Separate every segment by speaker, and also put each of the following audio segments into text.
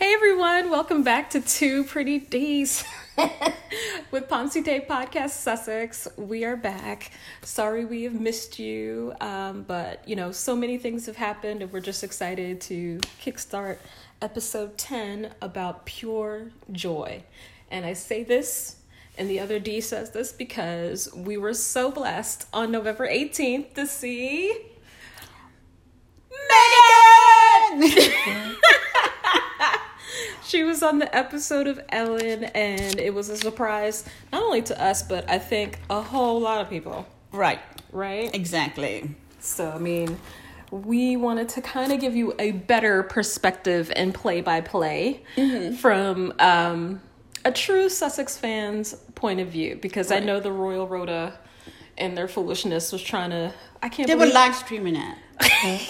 Speaker 1: everyone. Welcome back to Two Pretty Days with Ponce Day Podcast Sussex. We are back. Sorry we have missed you, um, but you know, so many things have happened, and we're just excited to kickstart episode 10 about pure joy. And I say this, and the other D says this because we were so blessed on November 18th to see. She was on the episode of Ellen, and it was a surprise not only to us, but I think a whole lot of people,
Speaker 2: right,
Speaker 1: right?
Speaker 2: exactly.
Speaker 1: So, I mean, we wanted to kind of give you a better perspective and play by play Mm-hmm. from um, a true Sussex fan's point of view, because I know the Royal Rhoda and their foolishness was trying to. I can't
Speaker 2: They were
Speaker 1: believe
Speaker 2: live streaming it.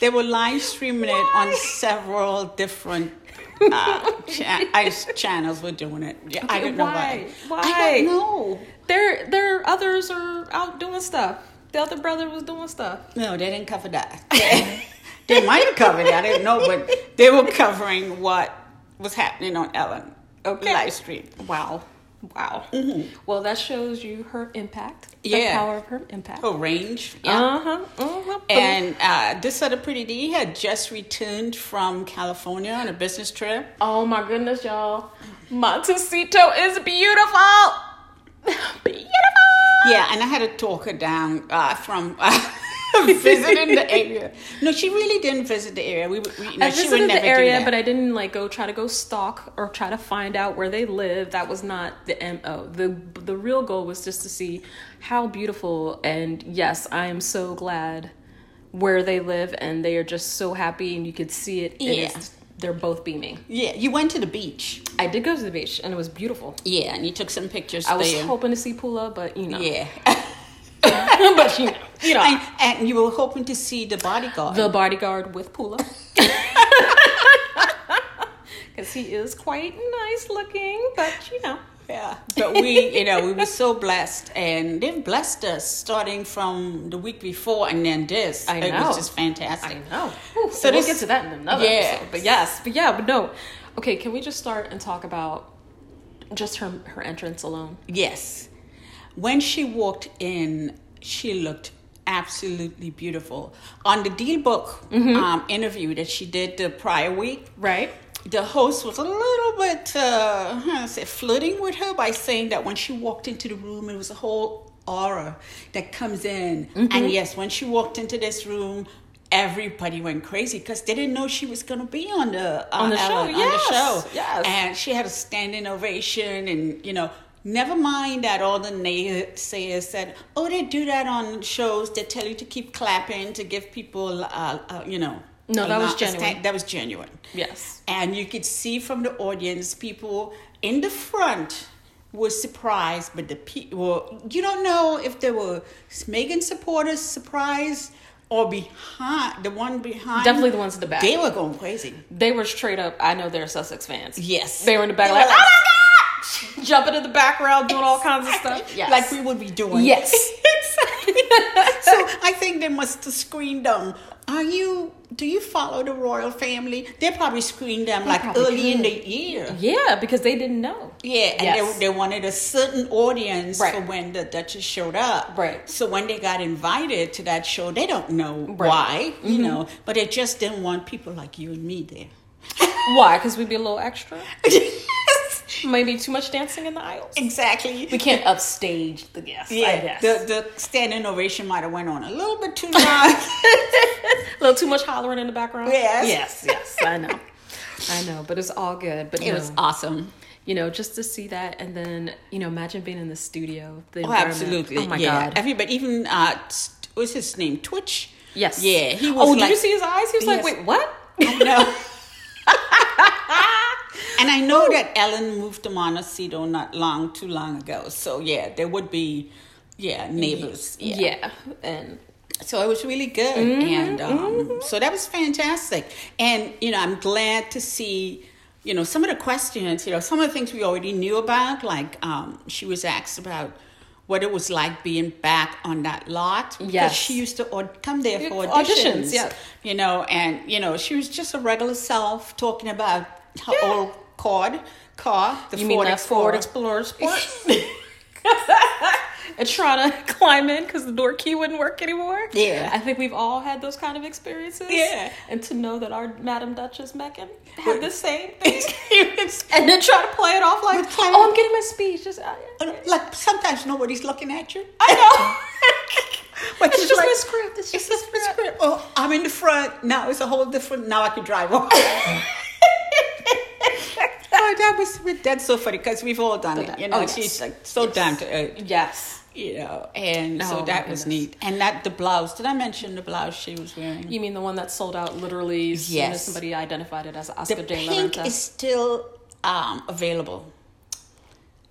Speaker 2: they were live streaming it on several different uh, cha- ice channels. Were doing it. Yeah, I
Speaker 1: Okay,
Speaker 2: don't
Speaker 1: why?
Speaker 2: know why.
Speaker 1: Why?
Speaker 2: I don't know.
Speaker 1: their their others are out doing stuff. The other brother was doing stuff.
Speaker 2: No, they didn't cover that. they might have covered it. I didn't know, but they were covering what was happening on Ellen.
Speaker 1: Okay.
Speaker 2: Live stream.
Speaker 1: Wow. Wow. Well, that shows you her impact. The
Speaker 2: Mm-hmm. Yeah.
Speaker 1: power of her impact.
Speaker 2: Oh, Uh-huh, range.
Speaker 1: Uh huh. Uh huh.
Speaker 2: And uh, this other pretty D had just returned from California on a business trip.
Speaker 1: oh my goodness, y'all. Montecito is beautiful. beautiful.
Speaker 2: Yeah, and I had to talk her down uh, from uh, visiting the area. No, she really didn't visit the area. We, would- we you know,
Speaker 1: I
Speaker 2: she would
Speaker 1: visited
Speaker 2: never
Speaker 1: the area,
Speaker 2: do that.
Speaker 1: but I didn't like go try to go stalk or try to find out where they live. That was not the mo. the The real goal was just to see how beautiful. And yes, I am so glad where they live, and they are just so happy, and you could see it. and
Speaker 2: Yeah.
Speaker 1: it's- they're both beaming.
Speaker 2: yeah, you went to the beach.
Speaker 1: I did go to the beach, and it was beautiful.
Speaker 2: Yeah, and you took some pictures
Speaker 1: I was
Speaker 2: there.
Speaker 1: hoping to see Pula, but you know,
Speaker 2: yeah,
Speaker 1: but you know, you know,
Speaker 2: and, and you were hoping to see the bodyguard.
Speaker 1: the bodyguard with Pula. Because he is quite nice looking, but you know.
Speaker 2: yeah, but we, you know, we were so blessed, and they've blessed us starting from the week before, and then this.
Speaker 1: I
Speaker 2: it
Speaker 1: know.
Speaker 2: was just fantastic.
Speaker 1: know. so
Speaker 2: So
Speaker 1: we'll
Speaker 2: this-
Speaker 1: get to that in another
Speaker 2: Yeah.
Speaker 1: episode. But yes, but yeah, but no. Okay, can we just start and talk about just her her entrance alone?
Speaker 2: Yes. When she walked in, she looked absolutely beautiful. On the Deal Book um, interview that she did the prior week,
Speaker 1: Right?
Speaker 2: the host was a little bit, uh, how to say, flirting with her by saying that when she walked into the room, it was a whole aura that comes in.
Speaker 1: Mm-hmm.
Speaker 2: And yes, when she walked into this room, everybody went crazy because they didn't know she was going to be on the uh,
Speaker 1: On the show,
Speaker 2: Ellen,
Speaker 1: yes,
Speaker 2: on the show.
Speaker 1: yes.
Speaker 2: and she had a standing ovation, and you know. Never mind that all the naysayers said, "Oh, they do that on shows. They tell you to keep clapping to give people, uh, uh, you know."
Speaker 1: No,
Speaker 2: a
Speaker 1: that was
Speaker 2: lot- a sta-
Speaker 1: genuine.
Speaker 2: That was genuine.
Speaker 1: Yes.
Speaker 2: And you could see from the audience, people in the front were surprised, but the people, you don't know if they were Megan supporters surprised or behind, the one behind.
Speaker 1: Definitely the ones in the back.
Speaker 2: They were going crazy.
Speaker 1: They were straight up, I know they're Sussex fans.
Speaker 2: Yes.
Speaker 1: They were in the back
Speaker 2: They
Speaker 1: like,
Speaker 2: were like-
Speaker 1: oh my god! Jumping in the background, doing all kinds of stuff. Yes.
Speaker 2: Like we would be doing.
Speaker 1: Yes.
Speaker 2: so I think they must have screened them. Are you, do you follow the royal family? They probably screened them like
Speaker 1: probably
Speaker 2: early in
Speaker 1: could.
Speaker 2: the year.
Speaker 1: Yeah, because they didn't know.
Speaker 2: Yeah, and
Speaker 1: Yes.
Speaker 2: they, they wanted a certain audience
Speaker 1: Right.
Speaker 2: for when the Duchess showed up.
Speaker 1: Right.
Speaker 2: So when they got invited to that show, they don't know
Speaker 1: Right. Mm-hmm.
Speaker 2: why, you know, but they just didn't want people like you and me there.
Speaker 1: Why? Because we'd be a little extra.
Speaker 2: yes,
Speaker 1: Maybe too much dancing in the aisles.
Speaker 2: exactly.
Speaker 1: We can't upstage the guests. Yeah, I
Speaker 2: Yeah,
Speaker 1: guess.
Speaker 2: the, the standing ovation might have went on a little bit too long.
Speaker 1: a little too much hollering in the background.
Speaker 2: Yes.
Speaker 1: yes, yes. I know, I know. But it's all good. But
Speaker 2: it
Speaker 1: no,
Speaker 2: was awesome.
Speaker 1: you know, just to see that, and then you know, imagine being in the studio. The
Speaker 2: Oh,
Speaker 1: environment.
Speaker 2: absolutely.
Speaker 1: Oh my
Speaker 2: yeah.
Speaker 1: god.
Speaker 2: Everybody, even, uh, st- what's his name? Twitch?
Speaker 1: Yes.
Speaker 2: Yeah, he was
Speaker 1: Oh,
Speaker 2: like,
Speaker 1: did you see his eyes? He was like,
Speaker 2: Yes.
Speaker 1: wait, what?
Speaker 2: No. and I know that Ellen moved to Montecito not long, too long ago. So yeah, there would be, yeah, neighbors. Yeah.
Speaker 1: and
Speaker 2: So it was really good, and um,
Speaker 1: Mm-hmm.
Speaker 2: so that was fantastic. And you know, I'm glad to see. You know, some of the questions, you know, some of the things we already knew about, like um, she was asked about what it was like being back on that lot. because
Speaker 1: Yes.
Speaker 2: She used to aud- come there for
Speaker 1: Auditions,
Speaker 2: auditions.
Speaker 1: yeah.
Speaker 2: You know, and, you know, she was just a regular self talking about her old cord car, the
Speaker 1: You mean
Speaker 2: Ford,
Speaker 1: that Ford
Speaker 2: Explorer Sport.
Speaker 1: and trying to climb in because the door key wouldn't work anymore.
Speaker 2: Yeah.
Speaker 1: I think we've all had those kind of experiences.
Speaker 2: Yeah.
Speaker 1: And to know that our Madam Duchess Megan had the same thing. and then try to play it off like,
Speaker 2: With Clement-
Speaker 1: oh, I'm getting my speech. Just, I,
Speaker 2: like sometimes nobody's looking at you.
Speaker 1: I know.
Speaker 2: But
Speaker 1: it's
Speaker 2: she's
Speaker 1: just
Speaker 2: like-
Speaker 1: my script. It's just
Speaker 2: It's
Speaker 1: my
Speaker 2: just
Speaker 1: script.
Speaker 2: Oh, I'm in the front. Now it's a whole different. Now I can drive off. oh, that was that's so funny because we've all done it. You know,
Speaker 1: Oh, yes.
Speaker 2: she's like so down to earth.
Speaker 1: Yes.
Speaker 2: You know, and
Speaker 1: Oh,
Speaker 2: so
Speaker 1: my
Speaker 2: that was
Speaker 1: goodness.
Speaker 2: neat. And that the blouse. Did I mention the blouse she was wearing?
Speaker 1: You mean the one that sold out literally as soon as
Speaker 2: Yes.
Speaker 1: somebody identified it as Oscar
Speaker 2: the
Speaker 1: de la
Speaker 2: pink
Speaker 1: Renta?
Speaker 2: is still um, available.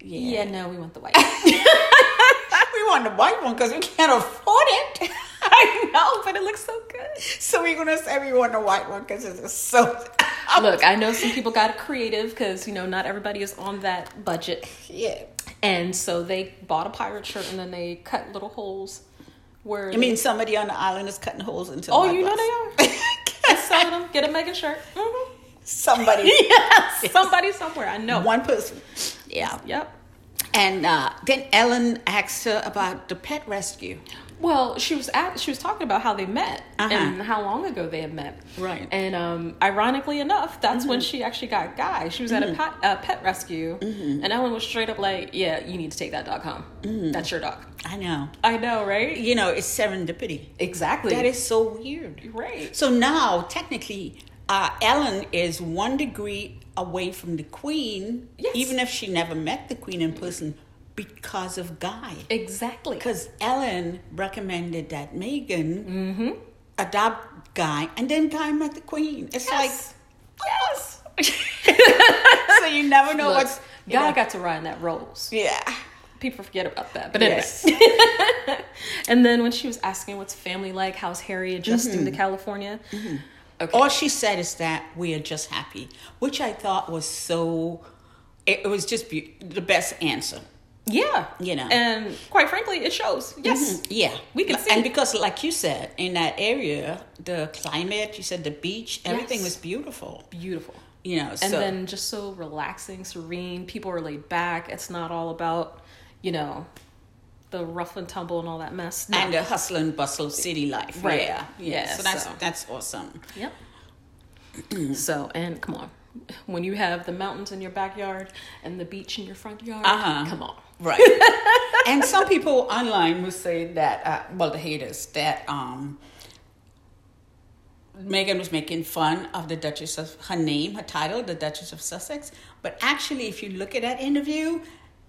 Speaker 1: yeah. no, we want the white.
Speaker 2: we want the white one because we can't afford it.
Speaker 1: I know, but it looks so good.
Speaker 2: So we're gonna say we want the white one because it's so.
Speaker 1: Look, I know some people got creative because, you know, not everybody is on that budget.
Speaker 2: yeah.
Speaker 1: And so they bought a pirate shirt and then they cut little holes where.
Speaker 2: I mean, somebody on the island is cutting holes into.
Speaker 1: oh,
Speaker 2: my
Speaker 1: you know
Speaker 2: blouse.
Speaker 1: they are. Just selling them. Get a Megan shirt. hmm
Speaker 2: somebody
Speaker 1: Yes. Somebody somewhere. I know.
Speaker 2: one person yeah
Speaker 1: Yep.
Speaker 2: and uh, then ellen asked her about the pet rescue
Speaker 1: Well, she was at, she was talking about how they met
Speaker 2: Uh-huh.
Speaker 1: and how long ago they had met.
Speaker 2: Right. Mm-hmm.
Speaker 1: And um, ironically enough, that's when she actually got Guy. She was at a pet, a pet rescue,
Speaker 2: Mm-hmm.
Speaker 1: and Ellen was straight up like, "Yeah, you need to take that dog home. That's your dog."
Speaker 2: i know
Speaker 1: I know, right?
Speaker 2: you know it's serendipity
Speaker 1: Exactly.
Speaker 2: that is so weird
Speaker 1: right.
Speaker 2: so now technically uh, ellen is one degree away from the queen
Speaker 1: Yes.
Speaker 2: even if she never met the queen in person because of guy
Speaker 1: Exactly.
Speaker 2: because ellen recommended that megan
Speaker 1: Mm-hmm.
Speaker 2: adopt guy and then guy met the queen it's
Speaker 1: Yes. yes.
Speaker 2: like so you never know
Speaker 1: Look,
Speaker 2: what's
Speaker 1: Guy got to ride in that Rolls.
Speaker 2: yeah
Speaker 1: People forget about that, but anyway.
Speaker 2: Yes.
Speaker 1: and then when she was asking, "What's family like? How's Harry adjusting
Speaker 2: Mm-hmm.
Speaker 1: to California?" Okay.
Speaker 2: All she said is that we are just happy, which I thought was so. It, it was just be- the best answer.
Speaker 1: Yeah.
Speaker 2: You know. Mm-hmm.
Speaker 1: And quite frankly, it shows. Yes.
Speaker 2: Yeah,
Speaker 1: We can see.
Speaker 2: And because, like you said, in that area, the climate, you said the beach, everything
Speaker 1: Yes.
Speaker 2: was beautiful.
Speaker 1: Beautiful.
Speaker 2: You know,
Speaker 1: And
Speaker 2: so
Speaker 1: then just so relaxing, serene. People are laid back. It's not all about, you know, the rough and tumble and all that mess. No.
Speaker 2: and the hustle and bustle of city life.
Speaker 1: Right.
Speaker 2: Yeah, yeah.
Speaker 1: Yeah,
Speaker 2: so that's
Speaker 1: so-
Speaker 2: that's awesome.
Speaker 1: Yep. so, and come on. When you have the mountains in your backyard and the beach in your front yard,
Speaker 2: Uh-huh.
Speaker 1: come on.
Speaker 2: Right. and some people online were saying that, uh, well, the haters, that um, Megan was making fun of the Duchess of her name, her title, the Duchess of Sussex. But actually, if you look at that interview,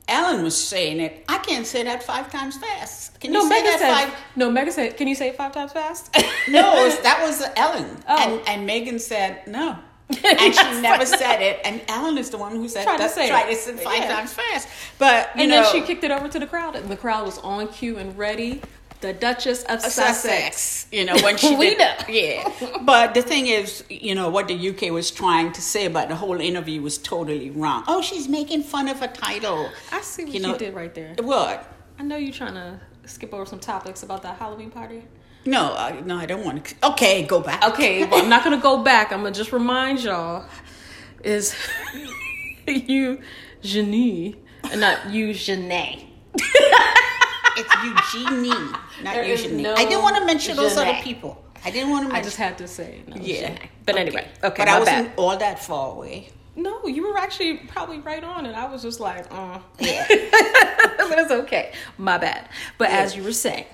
Speaker 2: Ellen was saying it. I can't say that five times fast. Can you
Speaker 1: No,
Speaker 2: say
Speaker 1: Megan
Speaker 2: that
Speaker 1: said.
Speaker 2: five?
Speaker 1: No, Megan said. Can you say it five times fast?
Speaker 2: No, it was- that was Ellen.
Speaker 1: Oh.
Speaker 2: And, and Megan said no. And she never said it. And Ellen is the one who said
Speaker 1: Tried to
Speaker 2: that's
Speaker 1: say it.
Speaker 2: tried to say it five
Speaker 1: Yeah.
Speaker 2: times fast. But you
Speaker 1: and
Speaker 2: know,
Speaker 1: then she kicked it over to the crowd, and the crowd was on cue and ready. The Duchess of Sussex.
Speaker 2: Sussex. You know, when she
Speaker 1: We
Speaker 2: did,
Speaker 1: know.
Speaker 2: yeah. But the thing is, you know, what the UK was trying to say about the whole interview was totally wrong. Oh, she's making fun of her title.
Speaker 1: I see what you,
Speaker 2: You know-
Speaker 1: did right there.
Speaker 2: What?
Speaker 1: I know you're trying to skip over some topics about that Halloween party.
Speaker 2: No, I, no, I don't want to. Okay, go back.
Speaker 1: Okay, well, I'm not gonna go back. I'm gonna just remind y'all is you Eugenie and not you Janae.
Speaker 2: It's Eugenie, not
Speaker 1: There is
Speaker 2: Eugenie.
Speaker 1: no
Speaker 2: I didn't want to mention those other
Speaker 1: Jeanette.
Speaker 2: people. I didn't want to
Speaker 1: I
Speaker 2: mention.
Speaker 1: just had to say no,
Speaker 2: yeah.
Speaker 1: Janae. But anyway, okay,
Speaker 2: But
Speaker 1: my
Speaker 2: I wasn't
Speaker 1: bad.
Speaker 2: all that far away.
Speaker 1: No, you were actually probably right on, and I was just like, uh.
Speaker 2: Yeah.
Speaker 1: but it's okay. My bad. But
Speaker 2: Yeah.
Speaker 1: as you were saying,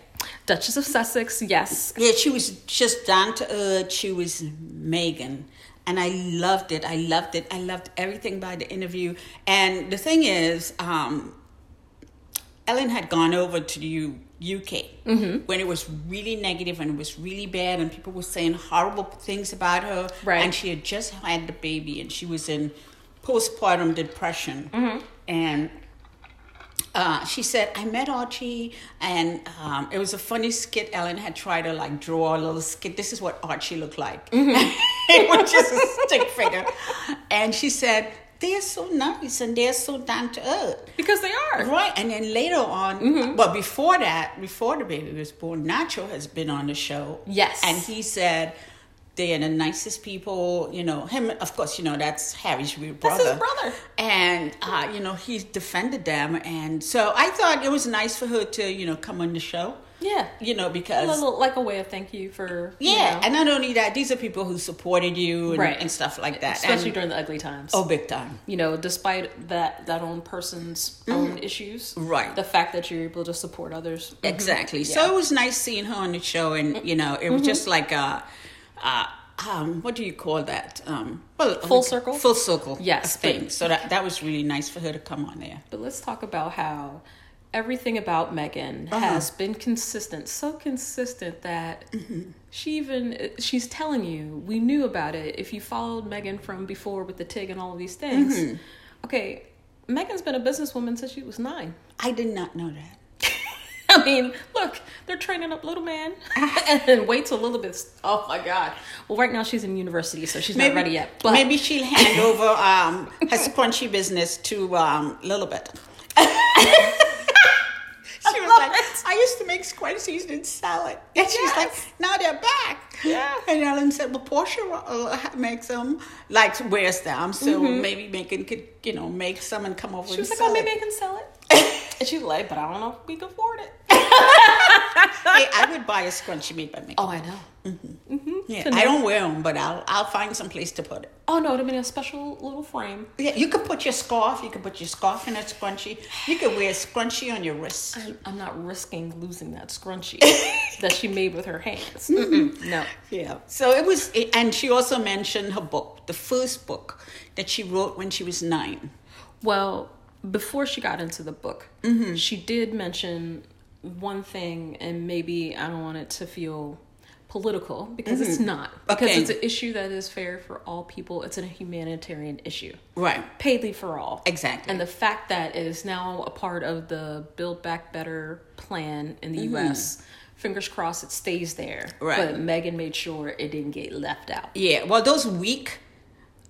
Speaker 1: Duchess of Sussex, yes,
Speaker 2: Yeah, she was just down to earth. She was Megan. And I loved it. I loved it. I loved everything by the interview. And the thing is, um, Ellen had gone over to the U- UK
Speaker 1: Mm-hmm.
Speaker 2: when it was really negative and it was really bad, and people were saying horrible things about her.
Speaker 1: Right.
Speaker 2: And she had just had the baby, and she was in postpartum depression.
Speaker 1: Mm-hmm.
Speaker 2: And uh, she said, I met Archie, and um, it was a funny skit. Ellen had tried to like draw a little skit. This is what Archie looked like.
Speaker 1: Mm-hmm.
Speaker 2: it was just a stick figure. And she said, They're so nice and they're so down to earth.
Speaker 1: because they are.
Speaker 2: Right, and then later on,
Speaker 1: Mm-hmm.
Speaker 2: but before that, before the baby was born, Nacho has been on the show.
Speaker 1: Yes.
Speaker 2: and he said They are the nicest people, you know. Him, of course, you know that's Harry's real
Speaker 1: That's
Speaker 2: brother.
Speaker 1: his brother.
Speaker 2: and uh, you know he defended them, and so I thought it was nice for her to, you know, come on the show,
Speaker 1: Yeah.
Speaker 2: you know,
Speaker 1: A
Speaker 2: because
Speaker 1: little, like a way of thank you for. you
Speaker 2: yeah,
Speaker 1: know,
Speaker 2: and not only that, these are people who supported you and,
Speaker 1: Right.
Speaker 2: and stuff like that,
Speaker 1: especially
Speaker 2: and,
Speaker 1: during the ugly times.
Speaker 2: oh, big time,
Speaker 1: You know, despite that that own person's own issues,
Speaker 2: right?
Speaker 1: the fact that you're able to support others. Mm-hmm.
Speaker 2: Exactly.
Speaker 1: Yeah. Mm-hmm.
Speaker 2: So it was nice seeing her on the show, and you know, it was just like a, uh, um, what do you call that? Um, well,
Speaker 1: Full circle?
Speaker 2: Full circle.
Speaker 1: Yes, but-
Speaker 2: of thing. So that that was really nice for her to come on there.
Speaker 1: But let's talk about how everything about Megan
Speaker 2: Uh-huh.
Speaker 1: has been consistent, so consistent that
Speaker 2: Mm-hmm.
Speaker 1: she even she's telling you we knew about it. If you followed Megan from before with the Tig and all of these things,
Speaker 2: Mm-hmm.
Speaker 1: okay, Megan's been a businesswoman since she was nine.
Speaker 2: I did not know that.
Speaker 1: I mean, look, they're training up little man, and then wait till Lilith's. Oh my God! Well, right now she's in university, so she's not ready yet. But
Speaker 2: maybe she'll hand over um, her scrunchy business to um, Lilibet. she was like, I used to make square seasoned salad. And she's like, now they're back.
Speaker 1: Yeah.
Speaker 2: And Ellen said, well, Portia uh, makes them, like, wears them. So maybe Megan could, you know, make some and come over
Speaker 1: Mm-hmm. she was
Speaker 2: and
Speaker 1: like,
Speaker 2: sell
Speaker 1: "Oh, maybe
Speaker 2: it.
Speaker 1: I can sell it." and she's like, "But I don't know if we can afford it."
Speaker 2: hey, I would buy a scrunchie made by Megan.
Speaker 1: Oh, I know.
Speaker 2: yeah,
Speaker 1: so
Speaker 2: I
Speaker 1: no-
Speaker 2: don't wear them, but I'll, I'll find some place to put it.
Speaker 1: Oh no, it'd have been a special little frame.
Speaker 2: Yeah, you could put your scarf. You could put your scarf in a scrunchie. You could wear a scrunchie on your wrist.
Speaker 1: I'm, I'm not risking losing that scrunchie that she made with her hands. Mm-mm. No.
Speaker 2: Yeah. So it was, it, and she also mentioned her book, the first book that she wrote when she was nine.
Speaker 1: Well, before she got into the book, she did mention one thing, and maybe I don't want it to feel political because it's not. Because
Speaker 2: Okay.
Speaker 1: it's an issue that is fair for all people, it's a humanitarian issue.
Speaker 2: Right.
Speaker 1: Paid leave for all.
Speaker 2: Exactly.
Speaker 1: And the fact that it is now a part of the Build Back Better plan in the US, fingers crossed it stays there.
Speaker 2: Mm-hmm. Right.
Speaker 1: But Megan made sure it didn't get left out.
Speaker 2: yeah. Well, those weak,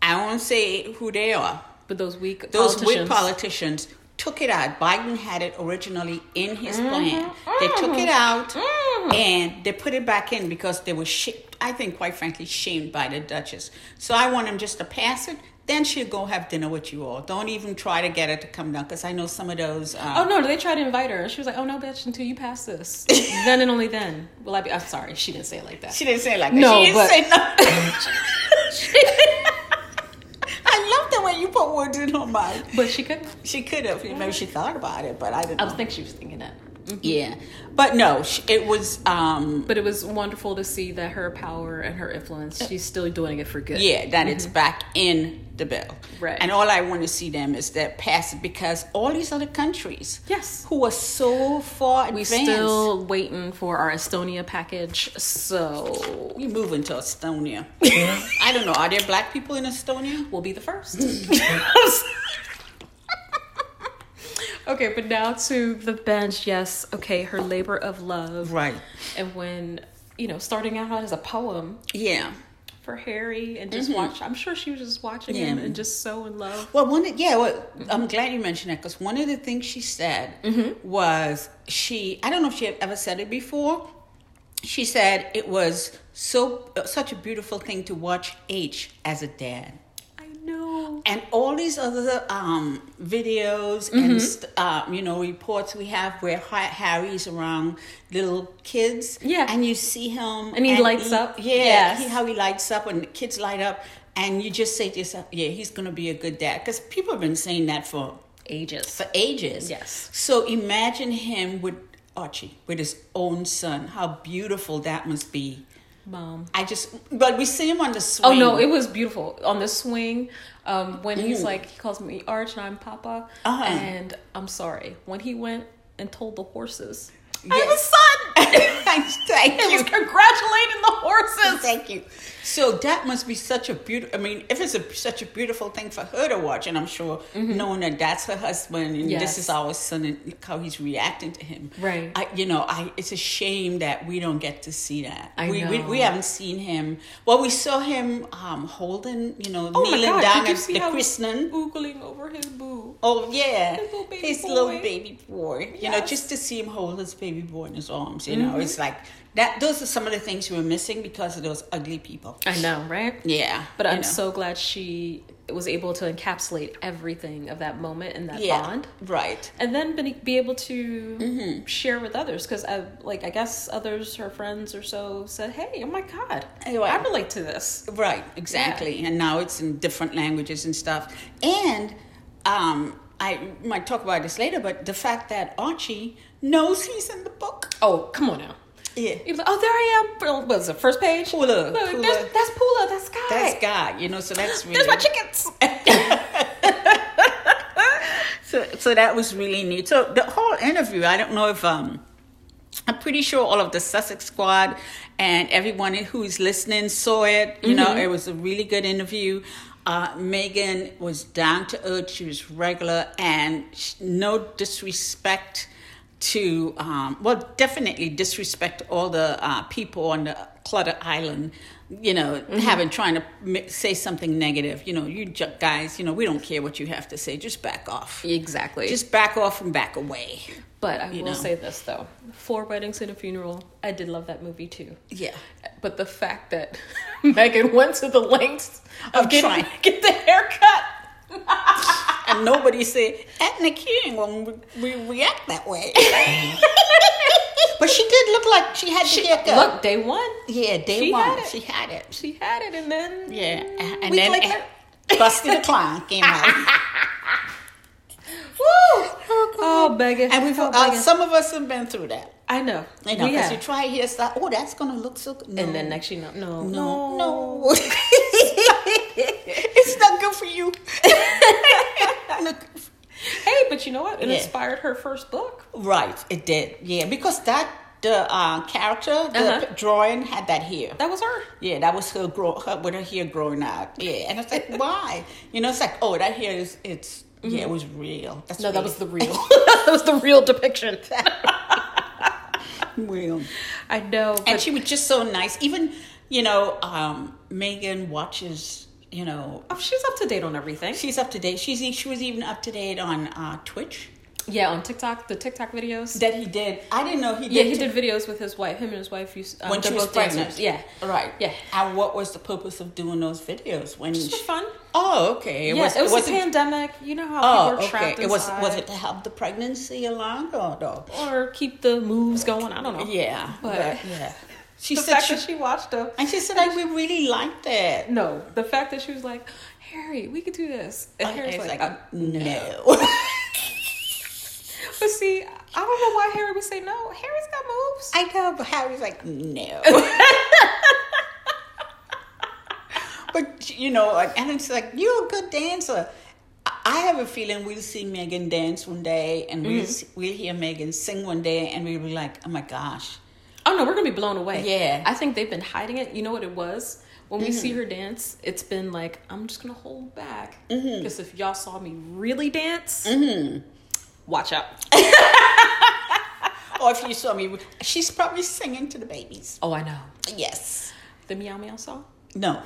Speaker 2: I won't say who they are,
Speaker 1: But those weak
Speaker 2: those
Speaker 1: politicians,
Speaker 2: weak politicians took it out. Biden had it originally in his plan. They took it out Mm-hmm. and they put it back in because they were, sh- I think, quite frankly, shamed by the Duchess. So I want him just to pass it. Then she'll go have dinner with you all. Don't even try to get her to come down because I know some of those. Um,
Speaker 1: Oh no! They tried to invite her, and she was like, "Oh no, bitch! Until you pass this, then and only then will I be." I'm sorry, she didn't say it like that.
Speaker 2: She didn't say it like
Speaker 1: No,
Speaker 2: that. She didn't
Speaker 1: but-
Speaker 2: say nothing. I love the way you put words in her mouth.
Speaker 1: But she couldn't.
Speaker 2: She could have. Maybe she thought about it, but I didn't.
Speaker 1: I was
Speaker 2: know.
Speaker 1: think she was thinking that.
Speaker 2: yeah, but no, sh it was. um
Speaker 1: But it was wonderful to see that her power and her influence, she's still doing it for good.
Speaker 2: Uh, Yeah, that it's back in the bill.
Speaker 1: Mm-hmm. Right.
Speaker 2: And all I want to see them is that pass it because all these other countries,
Speaker 1: Yes.
Speaker 2: who are so far
Speaker 1: We
Speaker 2: advanced,
Speaker 1: still waiting for our Estonia package, so
Speaker 2: we moving to Estonia. I don't know. Are there black people in Estonia?
Speaker 1: we'll be the first. okay, but now to the bench. Yes, okay, her labor of love,
Speaker 2: Right.
Speaker 1: and when you know, starting out as a poem,
Speaker 2: Yeah.
Speaker 1: for Harry and just watch. I'm sure she was just watching
Speaker 2: Mm-hmm. Yeah.
Speaker 1: him and just so in love.
Speaker 2: Well, one of, yeah, well, I'm glad you mentioned that because one of the things she said was she I don't know if she had ever said it before. She said it was so such a beautiful thing to watch H as a dad
Speaker 1: I know.
Speaker 2: and all these other um, videos
Speaker 1: Mm-hmm.
Speaker 2: and st- uh, you know reports we have where Ha- Harry's around little kids,
Speaker 1: Yeah.
Speaker 2: and you see him,
Speaker 1: And he lights up.
Speaker 2: yeah,
Speaker 1: Yes.
Speaker 2: he- how he lights up, and the kids light up, and you just say to yourself, yeah, he's gonna be a good dad, because people have been saying that for
Speaker 1: Ages.
Speaker 2: for ages.
Speaker 1: Yes.
Speaker 2: So imagine him with Archie, with his own son. How beautiful that must be.
Speaker 1: Mom.
Speaker 2: I just, but we see him on the swing.
Speaker 1: Oh no, it was beautiful on the swing. Um, when he's like, he calls me Arch and I'm Papa,
Speaker 2: Uh-huh.
Speaker 1: and I'm sorry. When he went and told the horses, I have a
Speaker 2: Yes.
Speaker 1: son.
Speaker 2: Thank
Speaker 1: He
Speaker 2: you.
Speaker 1: was congratulating the horses.
Speaker 2: Thank you. So that must be such a beautiful. I mean, if it's a, such a beautiful thing for her to watch, and I'm sure knowing that that's her husband and
Speaker 1: Mm-hmm. Yes.
Speaker 2: this is our son and look how he's reacting to him.
Speaker 1: Right.
Speaker 2: I, you know, I. It's a shame that we don't get to see that.
Speaker 1: I
Speaker 2: we, we
Speaker 1: know.
Speaker 2: we haven't seen him. Well, we saw him um, holding, you know,
Speaker 1: Oh my
Speaker 2: kneeling
Speaker 1: God!
Speaker 2: down
Speaker 1: Did you
Speaker 2: at
Speaker 1: see
Speaker 2: the
Speaker 1: how he was
Speaker 2: christening.
Speaker 1: oogling over his boo?
Speaker 2: Oh yeah,
Speaker 1: His little baby
Speaker 2: his little
Speaker 1: boy.
Speaker 2: baby boy. You know,
Speaker 1: Yes.
Speaker 2: just to see him hold his baby boy in his arms. You know, it's like that. Those are some of the things we were missing because of those ugly people.
Speaker 1: I know, right?
Speaker 2: Yeah,
Speaker 1: But
Speaker 2: you
Speaker 1: I'm
Speaker 2: know.
Speaker 1: so glad she was able to encapsulate everything of that moment and that
Speaker 2: yeah,
Speaker 1: bond.
Speaker 2: right.
Speaker 1: And then be, be able to
Speaker 2: Mm-hmm.
Speaker 1: share with others because I like I guess others, her friends or so, said, "Hey, oh my god,
Speaker 2: Anyway.
Speaker 1: I relate to this."
Speaker 2: Right, exactly. And now it's in different languages and stuff. And um, I might talk about this later, but the fact that Archie knows he's in the book.
Speaker 1: Oh, come on now.
Speaker 2: Yeah.
Speaker 1: He was like, "Oh, there I am." What was the first page?
Speaker 2: Pula,
Speaker 1: Look,
Speaker 2: Pula.
Speaker 1: There's, that's Pula. That's Guy.
Speaker 2: That's God, you know, so that's really.
Speaker 1: There's my chickens.
Speaker 2: so, so that was really neat. So the whole interview, I don't know if. Um, I'm pretty sure all of the Sussex squad and everyone who is listening saw it. You know, it was a really good interview. Uh, Megan was down to earth. She was regular and sh no disrespect to, um, well, definitely disrespect to all the uh, people on the Clutter Island, you know, having trying to m- say something negative. You know, you ju- guys, you know, we don't care what you have to say. Just back off.
Speaker 1: exactly.
Speaker 2: Just back off and back away.
Speaker 1: but I will
Speaker 2: you know.
Speaker 1: say this though: Four Weddings and a Funeral. I did love that movie too.
Speaker 2: Yeah.
Speaker 1: But the fact that Megan went to the lengths of
Speaker 2: Of
Speaker 1: getting
Speaker 2: trying.
Speaker 1: get the haircut.
Speaker 2: and nobody said Etna King when we react that way. but she did look like she had the haircut.
Speaker 1: Look, day one,
Speaker 2: yeah, day
Speaker 1: she
Speaker 2: one
Speaker 1: had it.
Speaker 2: she had it.
Speaker 1: she had it, and then
Speaker 2: Yeah, and
Speaker 1: Week
Speaker 2: then
Speaker 1: later-
Speaker 2: Busted the Clown came out.
Speaker 1: woo! Oh, Megan,
Speaker 2: And we've
Speaker 1: oh,
Speaker 2: uh,
Speaker 1: Megan.
Speaker 2: some of us have been through that.
Speaker 1: I know,
Speaker 2: You know,
Speaker 1: We
Speaker 2: because
Speaker 1: have.
Speaker 2: you try hairstyle, oh, that's gonna look so good. No,
Speaker 1: and then next, you know, no,
Speaker 2: no, no. it's not good for you. Look,
Speaker 1: Hey, but you know what? It
Speaker 2: Yeah.
Speaker 1: inspired her first book.
Speaker 2: Right, it did. Yeah, because that the uh, character, the
Speaker 1: Uh-huh.
Speaker 2: p- drawing had that hair.
Speaker 1: That was her.
Speaker 2: Yeah, that was her grow her with her hair growing out. Yeah, and it's like why? You know, it's like oh, that hair is it's yeah, it was real. That's
Speaker 1: Mm-hmm. No,
Speaker 2: real.
Speaker 1: that was the real. that was the real depiction.
Speaker 2: real.
Speaker 1: I know,
Speaker 2: And
Speaker 1: but
Speaker 2: she was just so nice. Even you know, um, Megan watches. You know,
Speaker 1: oh, she's up to date on everything.
Speaker 2: she's up to date. She's e- she was even up to date on uh, Twitch
Speaker 1: Yeah, on TikTok, the TikTok videos.
Speaker 2: that he did. I didn't know he did.
Speaker 1: Yeah, he
Speaker 2: Tik-
Speaker 1: did videos with his wife. Him and his wife used um,
Speaker 2: when
Speaker 1: they're
Speaker 2: she was
Speaker 1: both dancers.
Speaker 2: pregnant.
Speaker 1: Yeah,
Speaker 2: Right.
Speaker 1: Yeah.
Speaker 2: And what was the purpose of doing those videos when
Speaker 1: just
Speaker 2: she-
Speaker 1: for fun.
Speaker 2: Oh, okay.
Speaker 1: It yeah, was, it was a
Speaker 2: wasn't-
Speaker 1: pandemic. You know how
Speaker 2: Oh,
Speaker 1: people are
Speaker 2: okay.
Speaker 1: trapped
Speaker 2: It was
Speaker 1: inside,
Speaker 2: was it to help the pregnancy along or no?
Speaker 1: or keep the moves going. I don't know.
Speaker 2: Yeah.
Speaker 1: But-
Speaker 2: yeah. She
Speaker 1: the
Speaker 2: said
Speaker 1: fact
Speaker 2: she,
Speaker 1: that she watched them.
Speaker 2: and she said like we really liked it.
Speaker 1: No, the fact that she was like, Harry, we could do this, and
Speaker 2: And
Speaker 1: Harry's
Speaker 2: it's
Speaker 1: like,
Speaker 2: like, um,
Speaker 1: uh,
Speaker 2: no. um,
Speaker 1: but see, I don't know why Harry would say no. Harry's got moves.
Speaker 2: I know, but Harry's like, no. but you know, and it's like you're a good dancer. I- I have a feeling we'll see Megan dance one day, and we'll
Speaker 1: Mm-hmm.
Speaker 2: see, we'll hear Megan sing one day, and we'll be like, oh my gosh,
Speaker 1: Oh no, we're gonna be blown away.
Speaker 2: Yeah.
Speaker 1: I think they've been hiding it. You know what it was? When we see her dance, it's been like, I'm just gonna hold back. Because if y'all saw me really dance, watch out.
Speaker 2: or Oh, if you saw me, she's probably singing to the babies.
Speaker 1: Oh, I know.
Speaker 2: Yes,
Speaker 1: The meow meow song?
Speaker 2: no.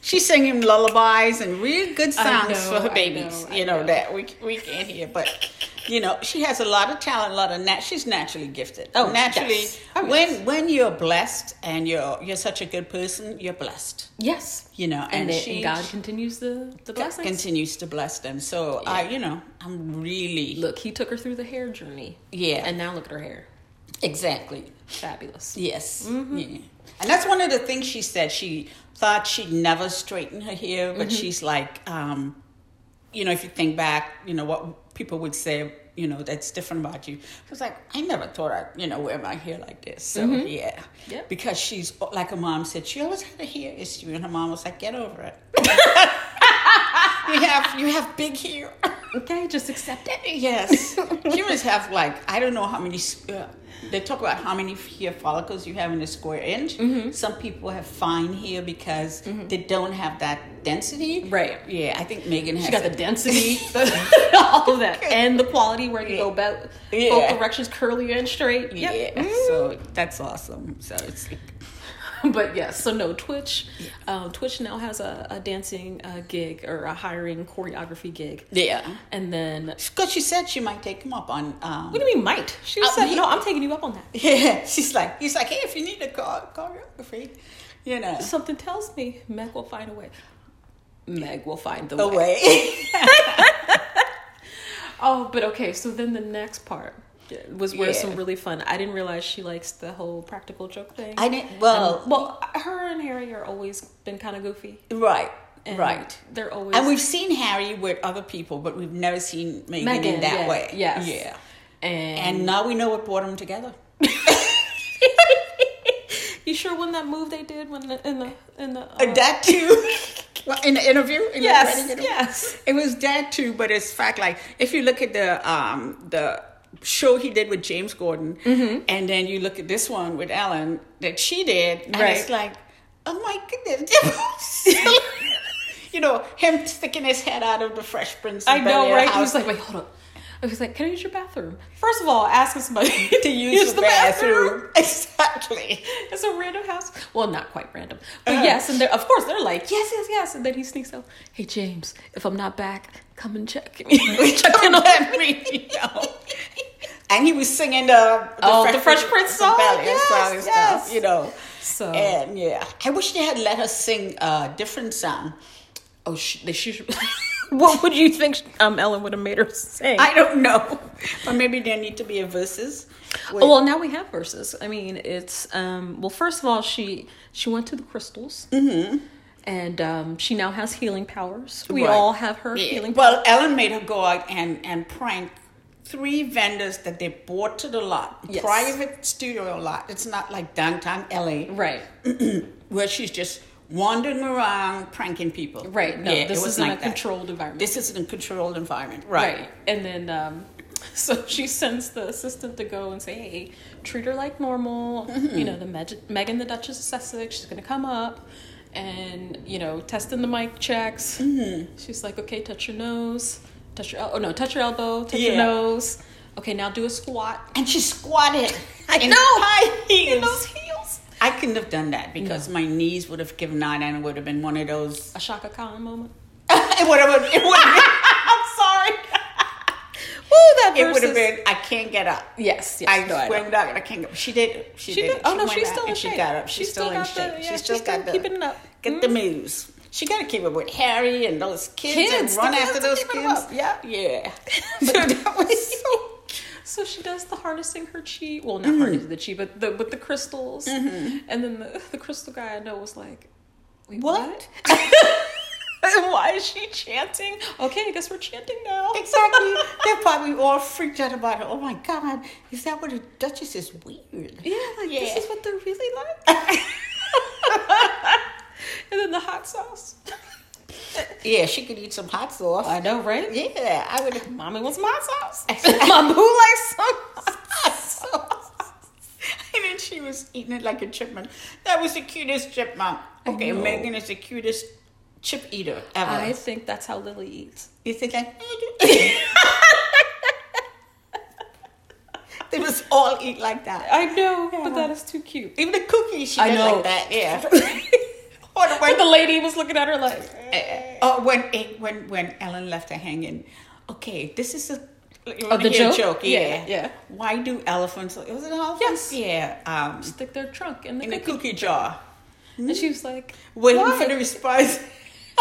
Speaker 2: She's singing lullabies and real good
Speaker 1: I
Speaker 2: songs
Speaker 1: know,
Speaker 2: for her
Speaker 1: I
Speaker 2: babies.
Speaker 1: know, I
Speaker 2: you know,
Speaker 1: know.
Speaker 2: that we we can't hear, but you know she has a lot of talent, a lot of nat. She's naturally gifted.
Speaker 1: Oh,
Speaker 2: naturally,
Speaker 1: yes. Oh,
Speaker 2: when
Speaker 1: yes.
Speaker 2: when you're blessed and you're you're such a good person, you're blessed.
Speaker 1: Yes.
Speaker 2: You know,
Speaker 1: And,
Speaker 2: and,
Speaker 1: it-
Speaker 2: she
Speaker 1: and God continues the, the
Speaker 2: God
Speaker 1: blessings.
Speaker 2: continues to bless them. So I, you know, I'm really
Speaker 1: Look, he took her through the hair journey.
Speaker 2: Yeah.
Speaker 1: And now look at her hair.
Speaker 2: exactly
Speaker 1: Fabulous.
Speaker 2: Yes. Yeah. And that's one of the things she said. She thought she'd never straighten her hair, but she's like, um, you know, if you think back, you know, what people would say, you know, that's different about you. She was like, I never thought I'd, you know, wear my hair like this. So, yeah.
Speaker 1: Yep.
Speaker 2: Because she's, like her mom said, she always had a hair issue. And her mom was like, get over it. you have, you have big hair.
Speaker 1: Okay, just accept it.
Speaker 2: Yes. Humans have like I don't know how many. s- Uh, they talk about how many hair follicles you have in a square inch.
Speaker 1: Mm-hmm.
Speaker 2: Some people have fine hair because they don't have that density.
Speaker 1: Right.
Speaker 2: Yeah, I think Megan has.
Speaker 1: She got the
Speaker 2: it.
Speaker 1: density, the- all of that, and the quality where you go both,
Speaker 2: Yeah.
Speaker 1: both directions, curly and straight.
Speaker 2: Yeah.
Speaker 1: Yep.
Speaker 2: So that's awesome. So it's.
Speaker 1: but yes, so no, Twitch. Um, Twitch now has a, a dancing uh, gig or a hiring choreography gig.
Speaker 2: Yeah.
Speaker 1: And then,
Speaker 2: Because she said she might take him up on. Um,
Speaker 1: what do you mean, might? She
Speaker 2: Uh,
Speaker 1: said,
Speaker 2: he-
Speaker 1: no, I'm taking you up on that.
Speaker 2: yeah, she's like, he's like, hey, if you need a chor- choreography, you know,
Speaker 1: Something tells me Meg will find a way. Meg will find the way.
Speaker 2: away.
Speaker 1: Oh, but okay. So then the next part was where
Speaker 2: Yeah.
Speaker 1: some really fun. I didn't realize she likes the whole practical joke thing.
Speaker 2: I didn't. Well,
Speaker 1: Um, well, her and Harry are always been kind of goofy.
Speaker 2: right,
Speaker 1: and
Speaker 2: right.
Speaker 1: They're always
Speaker 2: And we've seen Harry with other people, but we've never seen Megan,
Speaker 1: Meghan,
Speaker 2: in that
Speaker 1: yeah,
Speaker 2: way.
Speaker 1: Yes.
Speaker 2: Yeah.
Speaker 1: And,
Speaker 2: And now we know what brought them together.
Speaker 1: you sure when that move they did when the, in the in the
Speaker 2: Uh,
Speaker 1: uh,
Speaker 2: that too. Well, in the interview, in the
Speaker 1: yes
Speaker 2: writing interview?
Speaker 1: yes
Speaker 2: It was that too, but it's fact. Like if you look at the um the show he did with James Gordon, and then you look at this one with Ellen that she did, and
Speaker 1: Right.
Speaker 2: it's like, oh my goodness, you know him sticking his head out of the Fresh Prince.
Speaker 1: I know right. He
Speaker 2: I
Speaker 1: was like, wait, hold up. I was like, can I use your bathroom? First of all, asking somebody to use,
Speaker 2: use the bathroom. Exactly.
Speaker 1: It's a random house. Well, not quite random, but yes. And they're of course they're like yes, yes, yes. And then he sneaks out. Hey James, if I'm not back, come and check me. check in on
Speaker 2: Let me know. And he was singing uh, the, the
Speaker 1: Oh, the Fresh Prince song?
Speaker 2: ballet
Speaker 1: Yes,
Speaker 2: song and
Speaker 1: yes.
Speaker 2: stuff, you know.
Speaker 1: So-
Speaker 2: and yeah, I wish they had let her sing a different song.
Speaker 1: Oh, she, she should. what would you think um, Ellen would have made her say?
Speaker 2: I don't know, or maybe there need to be a verses. with-
Speaker 1: Oh, well, now we have verses. I mean, it's um, well. First of all, she she went to the crystals, and um, she now has healing powers. We
Speaker 2: Right.
Speaker 1: all have her
Speaker 2: Yeah.
Speaker 1: healing.
Speaker 2: Well, Ellen made her go out and, and prank three vendors that they bought to the lot,
Speaker 1: Yes.
Speaker 2: private studio lot. It's not like downtown LA.
Speaker 1: right,
Speaker 2: where she's just wandering around pranking people.
Speaker 1: right. No,
Speaker 2: Yeah, it
Speaker 1: this
Speaker 2: was
Speaker 1: is in
Speaker 2: like
Speaker 1: a
Speaker 2: that.
Speaker 1: controlled environment.
Speaker 2: This is in a controlled environment,
Speaker 1: right.
Speaker 2: right?
Speaker 1: and then um, so she sends the assistant to go and say, "Hey, treat her like normal.
Speaker 2: Mm-hmm.
Speaker 1: You know, the Meg- Megan, the Duchess of Sussex, she's going to come up." And you know, testing the mic checks.
Speaker 2: Mm-hmm.
Speaker 1: She's like, "Okay, touch your nose, touch your el- oh no, touch your elbow, touch your
Speaker 2: Yeah.
Speaker 1: nose. Okay, now do a squat."
Speaker 2: And she squatted.
Speaker 1: I
Speaker 2: in
Speaker 1: know.
Speaker 2: High heels.
Speaker 1: in those heels.
Speaker 2: I couldn't have done that because my knees would have given out, and it would have been one of those.
Speaker 1: A Shaka Khan moment.
Speaker 2: it would have. It would have been. I'm sorry.
Speaker 1: Oh, that
Speaker 2: It would have been. I can't get up.
Speaker 1: Yes, yes.
Speaker 2: I
Speaker 1: no, know.
Speaker 2: swung down. I can't get up. She did. She,
Speaker 1: She
Speaker 2: did.
Speaker 1: did.
Speaker 2: it.
Speaker 1: Oh no,
Speaker 2: went
Speaker 1: she's
Speaker 2: out
Speaker 1: still in
Speaker 2: and
Speaker 1: shape.
Speaker 2: She got up. She's, still, in
Speaker 1: got
Speaker 2: shape.
Speaker 1: The, yeah,
Speaker 2: she's still got the.
Speaker 1: keeping it up. Mm-hmm.
Speaker 2: Get the moves. She got to keep it with Harry and those kids,
Speaker 1: Kids,
Speaker 2: and run
Speaker 1: the kids
Speaker 2: after
Speaker 1: are
Speaker 2: those
Speaker 1: keeping
Speaker 2: kids.
Speaker 1: them up.
Speaker 2: Yeah, yeah. so that was so.
Speaker 1: So she does the harnessing her chi. Well, not harnessing the chi, but the with the crystals. And then the, the crystal guy I know was like, Wait,
Speaker 2: What?
Speaker 1: what? Why is she chanting? Okay, I guess we're chanting now.
Speaker 2: Exactly. They're probably all freaked out about it. Oh my God, is that what a duchess is weird?
Speaker 1: Yeah, like
Speaker 2: Yeah.
Speaker 1: this is what they're really like. and then the hot sauce.
Speaker 2: Yeah, she could eat some hot sauce.
Speaker 1: I know, right?
Speaker 2: yeah, I would.
Speaker 1: Mommy wants my sauce.
Speaker 2: My boo likes some hot sauce. And then she was eating it like a chipmunk. That was the cutest chipmunk. Okay,
Speaker 1: know.
Speaker 2: Megan is the cutest chip eater ever.
Speaker 1: I think that's how Lily eats.
Speaker 2: You think like they must all eat like that.
Speaker 1: I know,
Speaker 2: Yeah.
Speaker 1: but that is too cute.
Speaker 2: Even the cookies she
Speaker 1: I
Speaker 2: did
Speaker 1: know.
Speaker 2: like that. Yeah. or the
Speaker 1: But
Speaker 2: when,
Speaker 1: the lady was looking at her like,
Speaker 2: uh, or when it- when when Ellen left her hanging. Okay, this is a. you wanna
Speaker 1: Oh, the
Speaker 2: hear a
Speaker 1: joke?
Speaker 2: Yeah.
Speaker 1: Yeah, yeah.
Speaker 2: Why do elephants? Was it elephants? Yeah. Um,
Speaker 1: stick their trunk in the
Speaker 2: in a
Speaker 1: cookie.
Speaker 2: cookie jar.
Speaker 1: And she was like,
Speaker 2: Waiting
Speaker 1: Why?
Speaker 2: for the response.